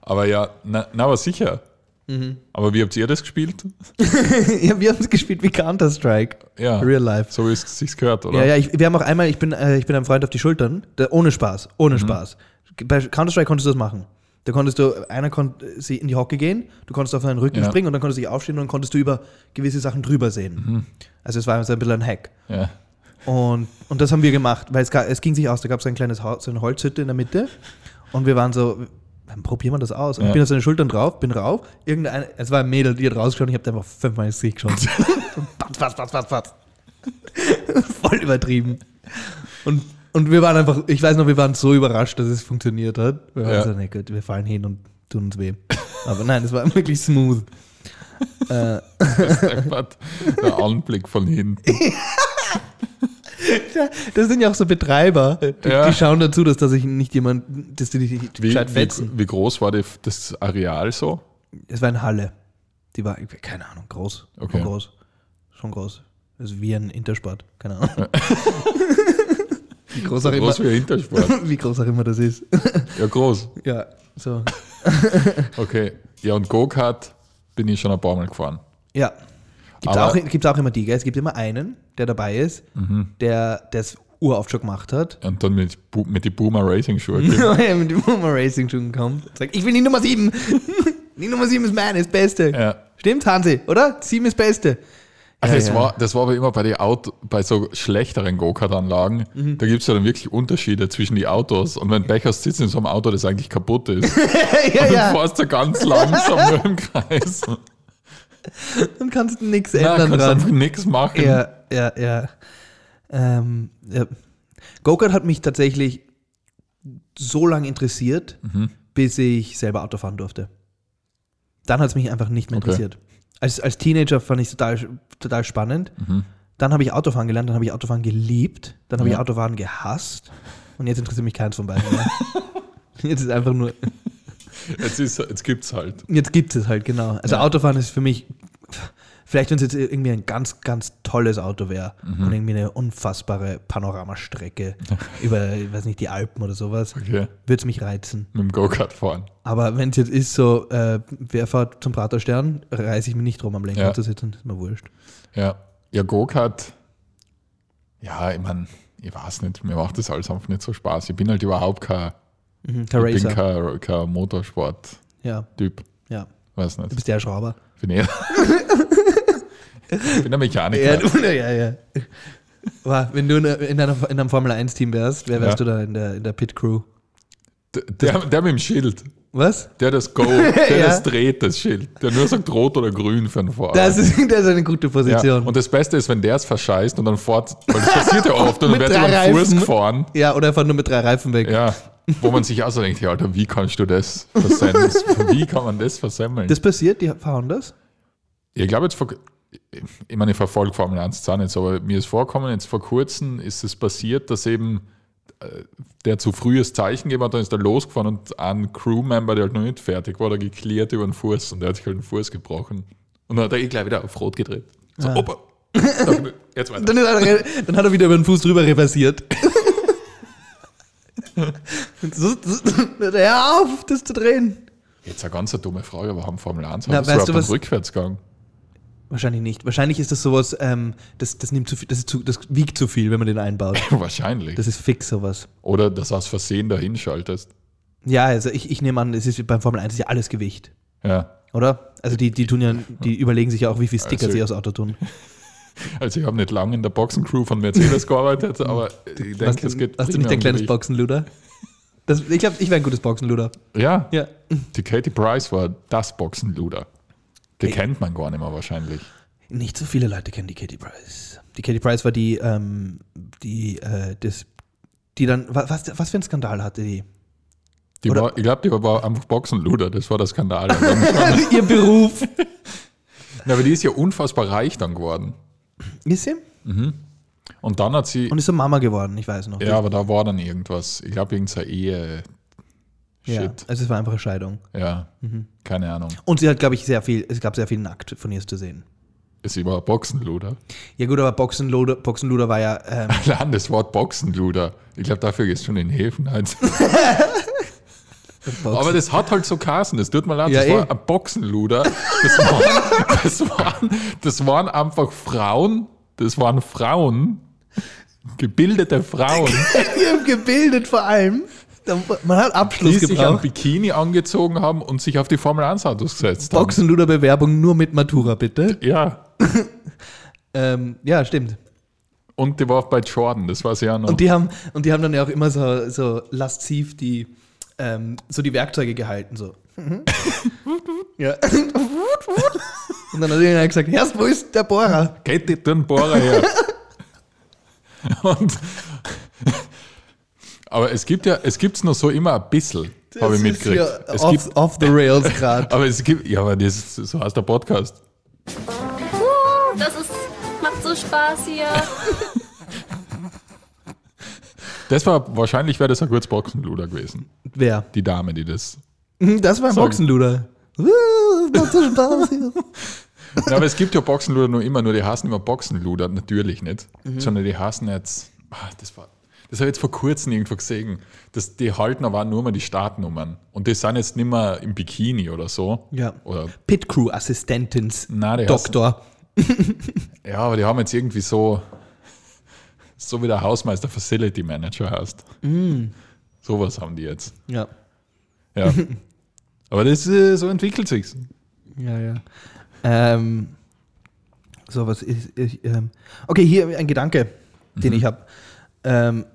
Aber ja, na, na aber sicher. Mhm. Aber wie habt ihr das gespielt? ja. Wir haben es gespielt wie Counter-Strike. Ja. Real life. So wie es sich gehört, oder? Ja, ja, ich, wir haben auch einmal, ich bin, äh, ich bin einem Freund auf die Schultern, der, ohne Spaß, ohne Mhm. Spaß. Bei Counter-Strike konntest du das machen. Da konntest du, einer konnte sie in die Hocke gehen, du konntest auf seinen Rücken Ja. springen und dann konntest du dich aufstehen und dann konntest du über gewisse Sachen drüber sehen. Mhm. Also es war so ein bisschen ein Hack. Ja. Und, und das haben wir gemacht, weil es, ga- es ging sich aus. Da gab es ein kleines Haus, so eine Holzhütte in der Mitte. Und wir waren so, dann probieren wir das aus. Und Ja. ich bin auf seine Schultern drauf, bin rauf. Irgendein, es war ein Mädel, die hat rausgeschaut und ich habe einfach fünfmal ins Gesicht geschossen. [LAUGHS] patz, patz, patz, patz, patz. [LAUGHS] Voll übertrieben. Und, und wir waren einfach, ich weiß noch, wir waren so überrascht, dass es funktioniert hat. Wir waren Ja. so, na gut, wir fallen hin und tun uns weh. Aber nein, es war [LAUGHS] wirklich smooth. äh, Einfach Der Anblick von hinten. Das sind ja auch so Betreiber. Die, Ja. die schauen dazu, dass da sich nicht jemand, dass die dich nicht Wie, gescheit wie, fetzen. wie groß war die, das Areal so? Es war eine Halle. Die war, keine Ahnung, groß. Okay. Schon groß. Schon groß. Also wie ein Intersport. Keine Ahnung. wie, groß auch Groß immer, wie ein [LAUGHS] Hintersport. wie groß auch immer das ist. Ja, groß. ja, so. Okay. Ja, und Go-Kart bin ich schon ein paar Mal gefahren. Ja. Gibt Aber- auch, gibt's auch immer die, gell? Es gibt immer einen, der dabei ist, Mhm. der das urauf schon gemacht hat. Und dann mit, Bu- mit die Boomer Racing [LAUGHS] Schuhe. Ja. mit dem Boomer Racing schon gekommen. Sagt, ich bin die Nummer [LAUGHS] 7. die Nummer 7 ist meine, ist beste. ja. Stimmt, Hansi, oder? Sieben ist Beste. Also Ja, das, ja. War, das war aber immer bei, die Auto, bei so schlechteren Go-Kart-Anlagen. Mhm. Da gibt es ja dann wirklich Unterschiede zwischen die Autos. Und wenn Becher sitzt in so einem Auto, das eigentlich kaputt ist, [LAUGHS] ja, dann ja. fährst du ganz langsam nur [LAUGHS] im Kreis. Dann kannst du nichts Ja, ändern kannst einfach dran. nichts machen. Ja, ja, ja. Ähm, ja. Go-Kart hat mich tatsächlich so lange interessiert, Mhm. bis ich selber Auto fahren durfte. Dann hat es mich einfach nicht mehr Okay. interessiert. Als, als Teenager fand ich es total, total spannend. Dann habe ich Autofahren gelernt, dann habe ich Autofahren geliebt, dann habe Mhm. Ja. ich Autofahren gehasst und jetzt interessiert mich keins von beiden [LAUGHS] mehr. jetzt ist einfach nur Jetzt, ist- jetzt gibt es halt. Jetzt gibt es halt, genau. Also Ja. Autofahren ist für mich, vielleicht wenn es jetzt irgendwie ein ganz, ganz tolles Auto wäre Mhm. und irgendwie eine unfassbare Panoramastrecke [LAUGHS] über, ich weiß nicht, die Alpen oder sowas, Okay. würde es mich reizen. Mit dem Go-Kart fahren. Aber wenn es jetzt ist so, äh, wer fährt zum Praterstern, reiße ich mich nicht drum am Lenkrad Ja. zu sitzen, ist mir wurscht. Ja, ja Go-Kart, ja, ich meine, ich weiß nicht, mir macht das alles einfach nicht so Spaß. Ich bin halt überhaupt kein, Mhm. ich bin Caracer. kein, kein Motorsport-Typ. Ja, ja. Weiß Du nicht. bist der Schrauber. [LAUGHS] Bin eher ich bin ein Ja, Mechaniker. du, [LAUGHS] ja, ja. Wow, wenn du in, in, einer, in einem Formel-1-Team wärst, wer wärst Ja. du da in der, in der Pit-Crew? D- der, der mit dem Schild, Was? der [LAUGHS] das Go, der Ja. das dreht, das Schild. Der nur sagt rot oder grün für den Fahrer. Das ist, [LAUGHS] das ist eine gute ja. Position. Und das Beste ist, wenn der es verscheißt und dann fort, weil das passiert ja oft, und dann Mit wird drei über den Fuß Reifen. gefahren. Ja, oder einfach nur mit drei Reifen weg. Ja, wo man sich auch so denkt, ja, Alter, wie kannst du das [LAUGHS] versemmeln? Wie kann man das versemmeln? Das passiert, die fahren das? ich glaube jetzt, vor, ich meine, ich verfolge Formel 1 zwar nicht, so, aber mir ist vorkommen, jetzt vor kurzem ist es passiert, dass eben äh, der zu frühes Zeichen gegeben hat, dann ist er losgefahren und ein Crewmember, der halt noch nicht fertig war, der geklärt über den Fuß und der hat sich halt den Fuß gebrochen. Und dann hat er eh gleich wieder auf Rot gedreht. So, Opa, [LAUGHS] jetzt weiter. Ah. Dann, ist er, re- dann hat er wieder über den Fuß drüber reversiert. [LAUGHS] So- so- Hör auf, das zu drehen. Jetzt eine ganz dumme Frage, aber haben Formel 1 Na, Na, weißt überhaupt du, einen was- Rückwärtsgang? [LAUGHS] Wahrscheinlich nicht. Wahrscheinlich ist das sowas, ähm, das, das nimmt zu viel, das, ist zu, das wiegt zu viel, wenn man den einbaut. Wahrscheinlich. Das ist fix sowas. Oder dass du aus Versehen da hinschaltest. Ja, also ich, ich nehme an, es ist beim Formel 1 ist ja alles Gewicht, Ja. oder? Also die, die tun ja, die überlegen sich ja auch, wie viel Sticker Also- sie aufs Auto tun. Also ich habe nicht lange in der Boxencrew von [LAUGHS] Mercedes gearbeitet, aber ich denke, es geht hast du nicht primär ein um kleines Gewicht. Boxenluder? Das, ich glaube, ich wäre ein gutes Boxenluder. Ja, Ja. die Katie Price war das Boxenluder. Die kennt man gar nicht mehr wahrscheinlich. Nicht so viele Leute kennen die Katy Price. Die Katy Price war die, ähm, die, äh, das, die dann, wa- was, was für einen Skandal hatte die? Die Oder- war, ich glaube, die war einfach Boxenluder, das war der Skandal. [LAUGHS] Aber- [LAUGHS] Ihr Beruf. Na, aber die ist ja unfassbar reich dann geworden. Ist sie? Und dann hat sie, Und ist so Mama geworden, ich weiß noch. ja, aber da war dann irgendwas. Ich glaube, irgendeine Ja, Ehe. Mhm. Shit. Also es war einfach eine Scheidung. Ja, keine Ahnung. Und sie hat, glaube ich, sehr viel, es gab sehr viel nackt von ihr zu sehen. Sie war Boxenluder. [LAUGHS] Ja gut, aber Boxenluder, Boxenluder war ja, ähm, [LAUGHS] Allein das Wort Boxenluder. Ich glaube, dafür gehst du schon in den Häfen ein. [LAUGHS] Aber das hat halt so Kassen, das tut mir leid, Ja, das eh. war ein Boxenluder. Das waren, [LAUGHS] das, waren, das waren einfach Frauen, das waren Frauen, gebildete Frauen, die haben gebildet vor allem. Da- Man hat die Abschluss sich ein gebraucht. Bikini angezogen haben und sich auf die Formel 1 Autos gesetzt haben. Boxenluder-Bewerbung nur mit Matura, bitte. Ja, Ähm, ja, stimmt. und die war bei Jordan, das weiß ich auch noch. Und die haben, und die haben dann ja auch immer so, so lasziv die, ähm, so die Werkzeuge gehalten, so. Mhm. ja. und dann hat irgendjemand gesagt, Herr, wo ist der Bohrer? geht die den [LAUGHS] Bohrer her. Und, aber es gibt ja, es gibt's nur so immer ein bisschen, habe ich Das ist mitgekriegt. hier es off, gibt, off the rails [LAUGHS] gerade. aber es gibt, ja, aber das ist, so heißt der Podcast. Uh, das ist, macht so Spaß hier. Das war, wahrscheinlich wäre das ein gutes Boxenluder gewesen. Wer? Die Dame, die das. Hm, Das war ein Boxenluder. Uh, macht so Spaß hier. Ja, aber es gibt ja Boxenluder nur immer, nur die hassen immer Boxenluder, natürlich nicht. Mhm. Sondern die hassen jetzt, ah, das war, das habe ich jetzt vor kurzem irgendwo gesehen, dass die halten aber nur mal die Startnummern. Und die sind jetzt nicht mehr im Bikini oder so. Ja. Oder Pit Crew Assistentens. Na, die Doktor. Ja, aber die haben jetzt irgendwie so, so wie der Hausmeister Facility Manager heißt. Mhm. Sowas haben die jetzt. Ja. [LAUGHS] Ja. aber das äh, so entwickelt sich's. Ja, ja. Ähm, so, was ist. Ich, ähm, okay, hier ein Gedanke, den ich habe. Ähm,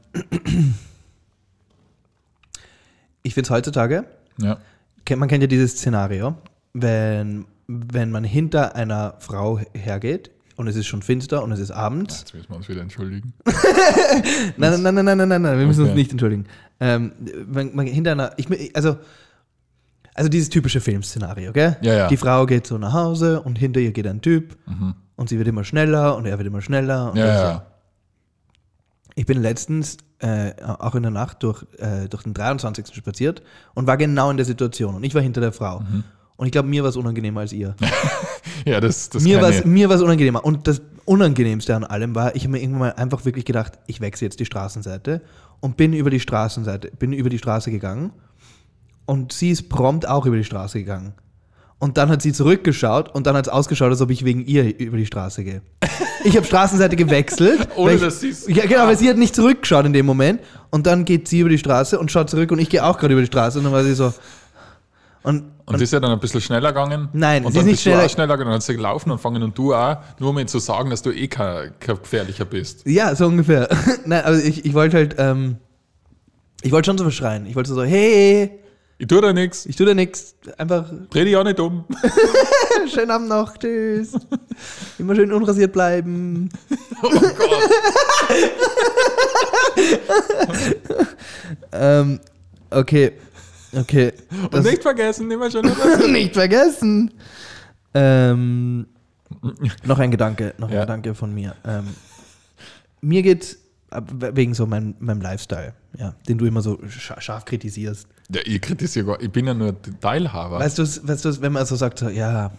ich finde es heutzutage, Ja. kennt, man kennt ja dieses Szenario, wenn, wenn man hinter einer Frau hergeht und es ist schon finster und es ist abends. Jetzt müssen wir uns wieder entschuldigen. Nein, nein, nein, nein, nein, nein, nein, wir müssen Okay. uns nicht entschuldigen. Ähm, man, man hinter einer, ich, mi- also, also dieses typische Filmszenario, gell? Ja, ja. Die Frau geht so nach Hause und hinter ihr geht ein Typ und sie wird immer schneller und er wird immer schneller. Und Ja, er ja. so. ja. Ich bin letztens äh, auch in der Nacht durch, äh, durch den 23. spaziert und war genau in der Situation und ich war hinter der Frau. Mhm. Und ich glaube, mir war es unangenehmer als ihr. Ja, das, das Mir kann war ich. es mir war's unangenehmer. Und das Unangenehmste an allem war, ich habe mir irgendwann mal einfach wirklich gedacht, ich wechsle jetzt die Straßenseite und bin über die Straßenseite, bin über die Straße gegangen und sie ist prompt auch über die Straße gegangen. Und dann hat sie zurückgeschaut und dann hat es ausgeschaut, als ob ich wegen ihr über die Straße [LAUGHS] gehe. Ich habe Straßenseite gewechselt. Ohne, weil ich- dass sie's- Ja, genau, weil sie hat nicht zurückgeschaut in dem Moment. Und dann geht sie über die Straße und schaut zurück und ich gehe auch gerade über die Straße. Und dann war sie so. Und Und ist ja dann ein bisschen schneller gegangen. Nein, und sie dann ist nicht bist du schneller- auch schneller gegangen. Dann hat sie gelaufen und fangen und du auch, nur um ihnen zu sagen, dass du eh kein, kein gefährlicher bist. Ja, so ungefähr. [LAUGHS] Nein, aber ich, ich wollte halt, ähm, ich wollte schon so was schreien. Ich wollte so, hey, Ich tue da nichts, ich tue dir nichts. Einfach dreh dich auch nicht um. [LAUGHS] schönen Abend noch, tschüss. Immer schön unrasiert bleiben. Oh Gott. [LAUGHS] Ähm, okay, okay. Und Das nicht vergessen, immer schön. [COUGHS] oder? nicht vergessen. Ähm, noch ein Gedanke, noch ein Ja. Gedanke von mir. Ähm, mir geht's ab- wegen so meinem, meinem Lifestyle, ja, den du immer so scha scharf kritisierst. Ja, ich kritisiere gar, ich bin ja nur Teilhaber. Weißt du, weißt du's, wenn man so sagt, so, ja,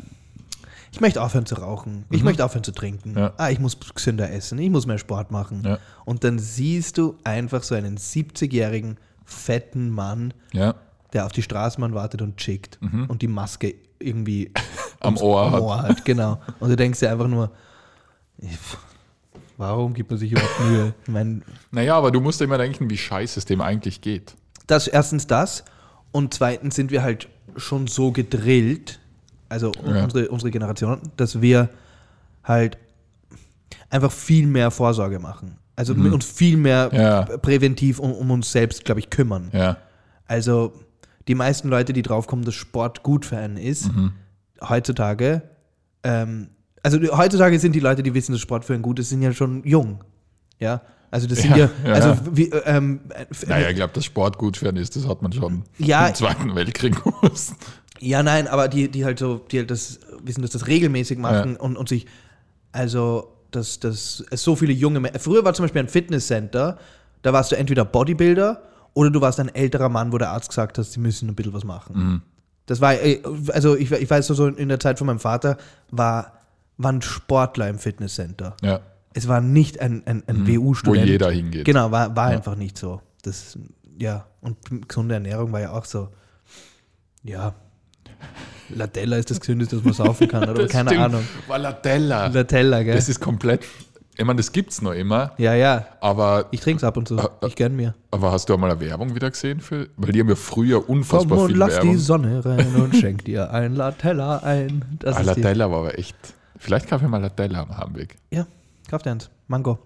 ich möchte aufhören zu rauchen, ich möchte aufhören zu trinken, Mhm. Ja. ah, ich muss gesünder essen, ich muss mehr Sport machen. Ja. Und dann siehst du einfach so einen 70-jährigen fetten Mann, Ja. der auf die Straßenbahn wartet und chickt Mhm. und die Maske irgendwie Am ums- Ohr hat. hat. Genau. Und du denkst dir einfach nur, pff, warum gibt man sich überhaupt [LAUGHS] Mühe? Ich meine, Naja, aber du musst immer denken, wie scheiße es dem eigentlich geht. das erstens das Und zweitens sind wir halt schon so gedrillt, also Ja. unsere, unsere Generation, dass wir halt einfach viel mehr Vorsorge machen. Also mit uns viel mehr Mhm. Ja. prä- präventiv um, um uns selbst, glaube ich, kümmern. Ja. Also die meisten Leute, die draufkommen, dass Sport gut für einen ist, Mhm. heutzutage, ähm, also die- heutzutage sind die Leute, die wissen, dass Sport für einen gut ist, sind ja schon jung. Ja. Also das sind Ja, ja, ja, also ja. wie, äh, ähm, äh, f- Naja, ich glaube, dass Sport gut für einen ist, das hat man schon Ja. im Zweiten Weltkrieg gewusst. Ja, nein, aber die, die halt so, die halt das wissen, dass das regelmäßig machen und, und sich, also, dass, dass es so viele junge Menschen. Früher war zum Beispiel ein Fitnesscenter, da warst du entweder Bodybuilder oder du warst ein älterer Mann, wo der Arzt gesagt hat, sie müssen ein bisschen was machen. Das war, äh, also ich, ich weiß so, so in der Zeit von meinem Vater war, waren Sportler im Fitnesscenter. Ja. Es war nicht ein, ein, ein WU-Student. Mhm. Wo jeder hingeht. Genau, war, war einfach nicht so. Das, ja, und gesunde Ernährung war ja auch so. Ja. Latella ist das Gesündeste, das man saufen kann, oder? Das Keine stimmt. Ahnung. Weil Latella. Latella, gell? Das ist komplett. Ich meine, das gibt's noch immer, ja, ja. aber, Ich trinke es ab und zu. Ah, Ich gönn mir. aber hast du auch mal eine Werbung wieder gesehen? Für, weil die haben ja früher unfassbar Komm und viel lass die Werbung. Sonne rein und schenk dir ein Latella ein. Das ah, ist die, Latella war aber echt. Vielleicht kaufe ich mal Latella am Hamweg. ja, kauf dir eins. Mango.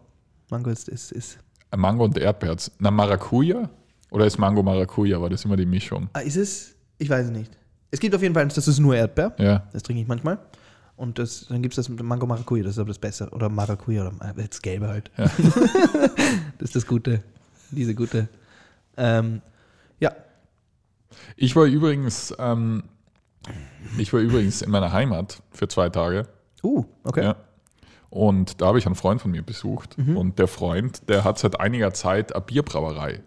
Mango ist, ist, ist. Mango und Erdbeerz. Na, Maracuja? Oder ist Mango Maracuja? War das immer die Mischung? Ah, ist es? Ich weiß es nicht. Es gibt auf jeden Fall eins, das ist nur Erdbeer. Ja. Das trinke ich manchmal. Und das, dann gibt es das mit dem Mango Maracuja, das ist aber das Bessere. Oder Maracuja, oder Ma- das Gelbe halt. [LAUGHS] das ist das Gute. Diese Gute. Ähm, ja, Ich war übrigens, ähm, ich war übrigens in meiner Heimat für zwei Tage. uh, okay. Ja. Und da habe ich einen Freund von mir besucht. Mhm. Und der Freund, der hat seit einiger Zeit eine Bierbrauerei,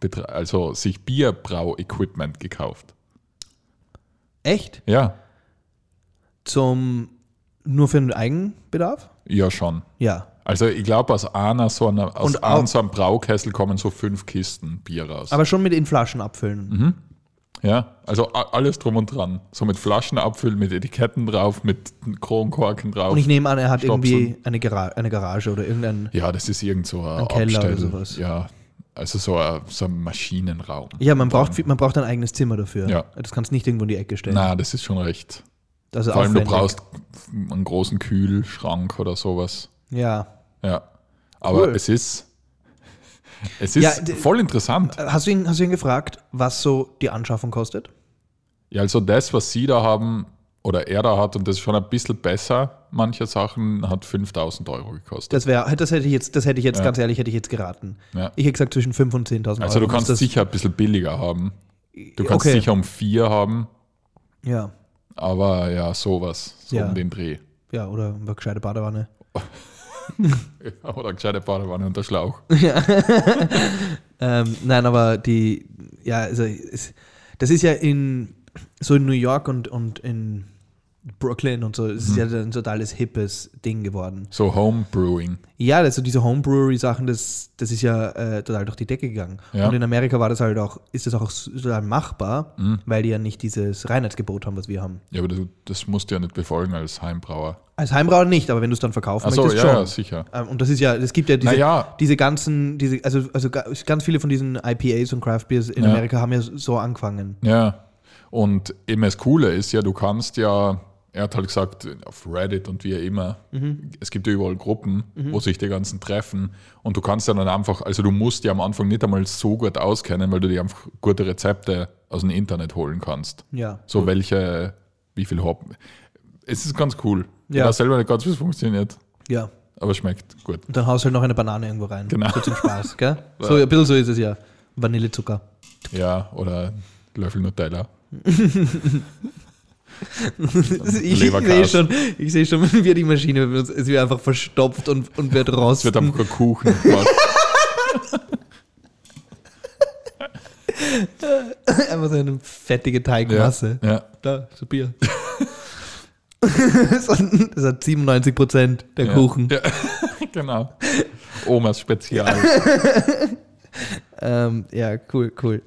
betre- also sich Bierbrau-Equipment gekauft. Echt? Ja, Zum, nur für den Eigenbedarf? ja schon. Ja. Also ich glaube, aus einer so einer, aus Und auch- einem so einem Braukessel kommen so fünf Kisten Bier raus. Aber schon mit in Flaschen abfüllen. Mhm. ja, also a- alles drum und dran. So mit Flaschen abfüllen, mit Etiketten drauf, mit Kronkorken drauf. Und ich nehme an, er hat Stopfen. irgendwie eine, Gara eine Garage oder irgendein. ja, das ist irgend so ein, Keller oder Abstell. sowas. Ja, also so ein, so ein Maschinenraum. Ja, man braucht, viel- man braucht ein eigenes Zimmer dafür. Ja. Das kannst du nicht irgendwo in die Ecke stellen. Na, das ist schon recht. Das ist Vor allem, du aufwendig. brauchst einen großen Kühlschrank oder sowas. Ja. Ja. Aber Cool. es ist, es ist Ja, d- voll interessant. Äh, Hast du, ihn, hast du ihn gefragt, was so die Anschaffung kostet? Ja, also das, was sie da haben oder er da hat, und das ist schon ein bisschen besser, manche Sachen, hat 5000 Euro gekostet. Das wäre, das hätte ich jetzt, das hätte ich jetzt, ganz ehrlich, hätte ich jetzt geraten. Ja. Ich hätte gesagt zwischen 5.000 und 10.000 Euro. also du kannst das, sicher ein bisschen billiger haben. Du kannst Okay. sicher um vier haben, Ja, aber ja, sowas, so Ja. um den Dreh. [LAUGHS] ja, oder eine gescheite Badewanne. Oder gescheite Badewanne und der Schlauch. Ähm, nein, aber die, ja, also es, das ist ja in so in New York und, und in Brooklyn und so, Mhm. es ist ja ein totales hippes Ding geworden. So Homebrewing. Ja, also diese Homebrewery-Sachen, das, das ist ja äh, total durch die Decke gegangen. Ja. Und in Amerika war das halt auch, ist das auch total machbar, Mhm. weil die ja nicht dieses Reinheitsgebot haben, was wir haben. Ja, aber du, das musst du ja nicht befolgen als Heimbrauer. Als Heimbrauer nicht, aber wenn du es dann verkaufen Achso, möchtest, ja, schon. ja, sicher. Ähm, Und das ist ja, es gibt ja diese, Naja. diese ganzen, diese, also, also ga- ganz viele von diesen IPAs und Craft Beers in Ja. Amerika haben ja so angefangen. Ja, und eben das Coole ist ja, du kannst ja, er hat halt gesagt, auf Reddit und wie immer, es gibt ja überall Gruppen, wo sich die ganzen treffen und du kannst ja dann einfach, also du musst ja am Anfang nicht einmal so gut auskennen, weil du dir einfach gute Rezepte aus dem Internet holen kannst. Ja. So welche, wie viel Hoppen. Es ist ganz cool. Ja. Ja. Ich weiß selber nicht ganz, wie es funktioniert, Ja. aber schmeckt gut. Und dann haust du halt noch eine Banane irgendwo rein. Genau. So zum Spaß, gell? [LAUGHS] So, ein bisschen so ist es ja. Vanillezucker. [LAUGHS] Ja, oder Löffel Nutella. Ich sehe Leberkas. schon, ich sehe schon, [LAUGHS] wie er die Maschine benutzt. Es wird einfach verstopft und, und wird [LAUGHS] Es wird rosten. einfach ein Kuchen gemacht. einfach so eine fettige ja. Teigmasse. ja. Da, so Bier. [LAUGHS] das hat 97 Prozent der Ja. Kuchen. Ja. [LAUGHS] genau. Omas Spezial. Ähm, ja, cool, cool.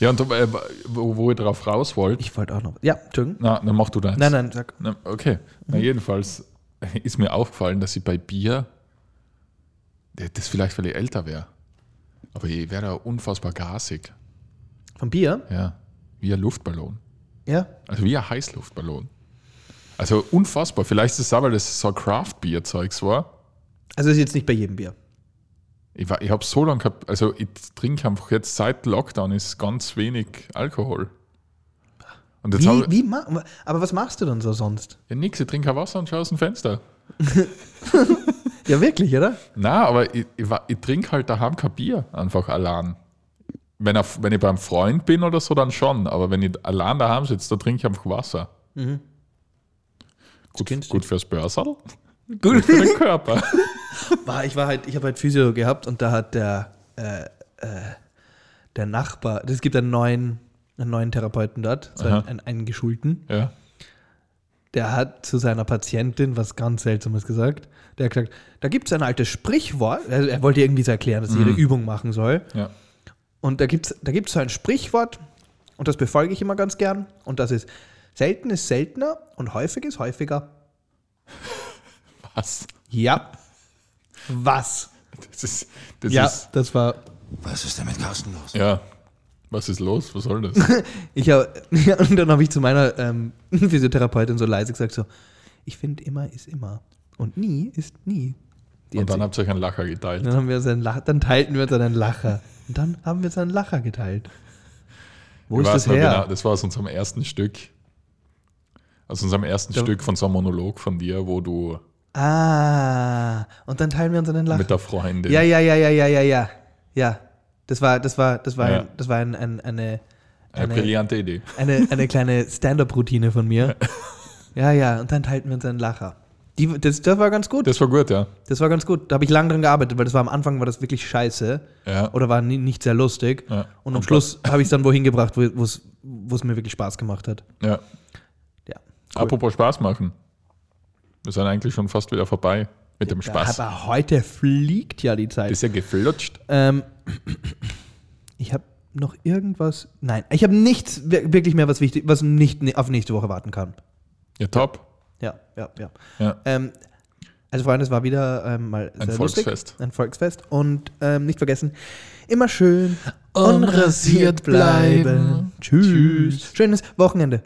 Ja, und äh, wo, wo ihr drauf raus wollt, Ich wollte auch noch. Ja, Entschuldigung. na, dann mach du das. Nein, nein, sag. Na, okay. Na, jedenfalls ist mir aufgefallen, dass ich bei Bier, das vielleicht, weil ich älter wäre, Aber ich werde auch unfassbar gasig. Vom Bier? Ja. Wie ein Luftballon. Ja. Also wie ein Heißluftballon. Also unfassbar. Vielleicht ist es auch, weil das so Craft-Bier-Zeugs war. Also ist jetzt nicht bei jedem Bier. Ich, war- ich habe so lange gehabt, also ich trinke einfach jetzt seit Lockdown ist ganz wenig Alkohol. Und jetzt Wie, habe ich wie ma aber was machst du dann so sonst? ja, nix, ich trinke kein Wasser und schaue aus dem Fenster. Ja, wirklich, oder? Na, aber ich, ich, wa- ich trinke halt daheim kein Bier, einfach allein. Wenn, er, wenn ich beim Freund bin oder so, dann schon. Aber wenn ich allein daheim sitze, da trinke ich einfach Wasser. Gut, Mhm. kennst gut fürs Börserl, [LAUGHS] Gut. für den Körper. [LAUGHS] War, ich war halt, ich habe halt Physio gehabt und da hat der, äh, äh, der Nachbar, es gibt einen neuen, einen neuen Therapeuten dort, so einen, Aha. einen, einen geschulten, Ja. der hat zu seiner Patientin was ganz Seltsames gesagt. Der hat gesagt, da gibt es ein altes Sprichwort, also er wollte ihr irgendwie so erklären, dass sie ihre Übung machen soll. ja. Und da gibt es da gibt's so ein Sprichwort, und das befolge ich immer ganz gern, und das ist, selten ist seltener und häufig ist häufiger. Was? Ja. Was? Das ist, das ja, ist, das war. Was ist denn mit Carsten los? ja. Was ist los? [LAUGHS] Was soll das? Ich hab, [LAUGHS] ja, und dann habe ich zu meiner ähm, [LAUGHS] Physiotherapeutin so leise gesagt: so, Ich finde, immer ist immer. Und nie ist nie. Die Und hat dann sie- habt ihr euch einen Lacher geteilt. dann, haben wir uns einen Lach, dann teilten wir uns einen Lacher. Und dann haben wir uns einen Lacher geteilt. Wo Ich ist weiß das noch her? genau, das war aus unserem ersten Stück. Aus unserem ersten Da- Stück von so einem Monolog von dir, wo du Ah, und dann teilen wir uns einen Lacher. mit der Freundin. Ja, ja, ja, ja, ja, ja, ja. Ja. Das war, das war, das war, Ja. ein, das war ein, ein, eine, Eine eine, brillante Idee. eine, eine kleine Stand-up-Routine von [LAUGHS] mir. Ja, ja, und dann teilten wir uns einen Lacher. Die, das, das war ganz gut. Das, Das war gut, ja. war ganz gut. Da habe ich lange dran gearbeitet, weil das war am Anfang war das wirklich scheiße. Ja. Oder war nie, nicht sehr lustig. Ja. Und am Schluss habe ich es dann wohin gebracht, wo wo es wo es mir wirklich Spaß gemacht hat. ja. Ja. Apropos Spaß machen. Wir sind eigentlich schon fast wieder vorbei mit dem Spaß. Das Aber heute fliegt ja die Zeit. ist ja geflutscht. Ähm, ich habe noch irgendwas. Nein, ich habe nichts wir- wirklich mehr, was wichtig, was nicht ne- auf nächste Woche warten kann. Ja, top. Ja, ja, ja. Ja. Ähm, also Freunde, es war wieder ähm, mal Ein sehr lustig. Volksfest. Ein Volksfest. Und ähm, nicht vergessen, immer schön Unrasiert bleiben. Tschüss. Tschüss. Schönes Wochenende.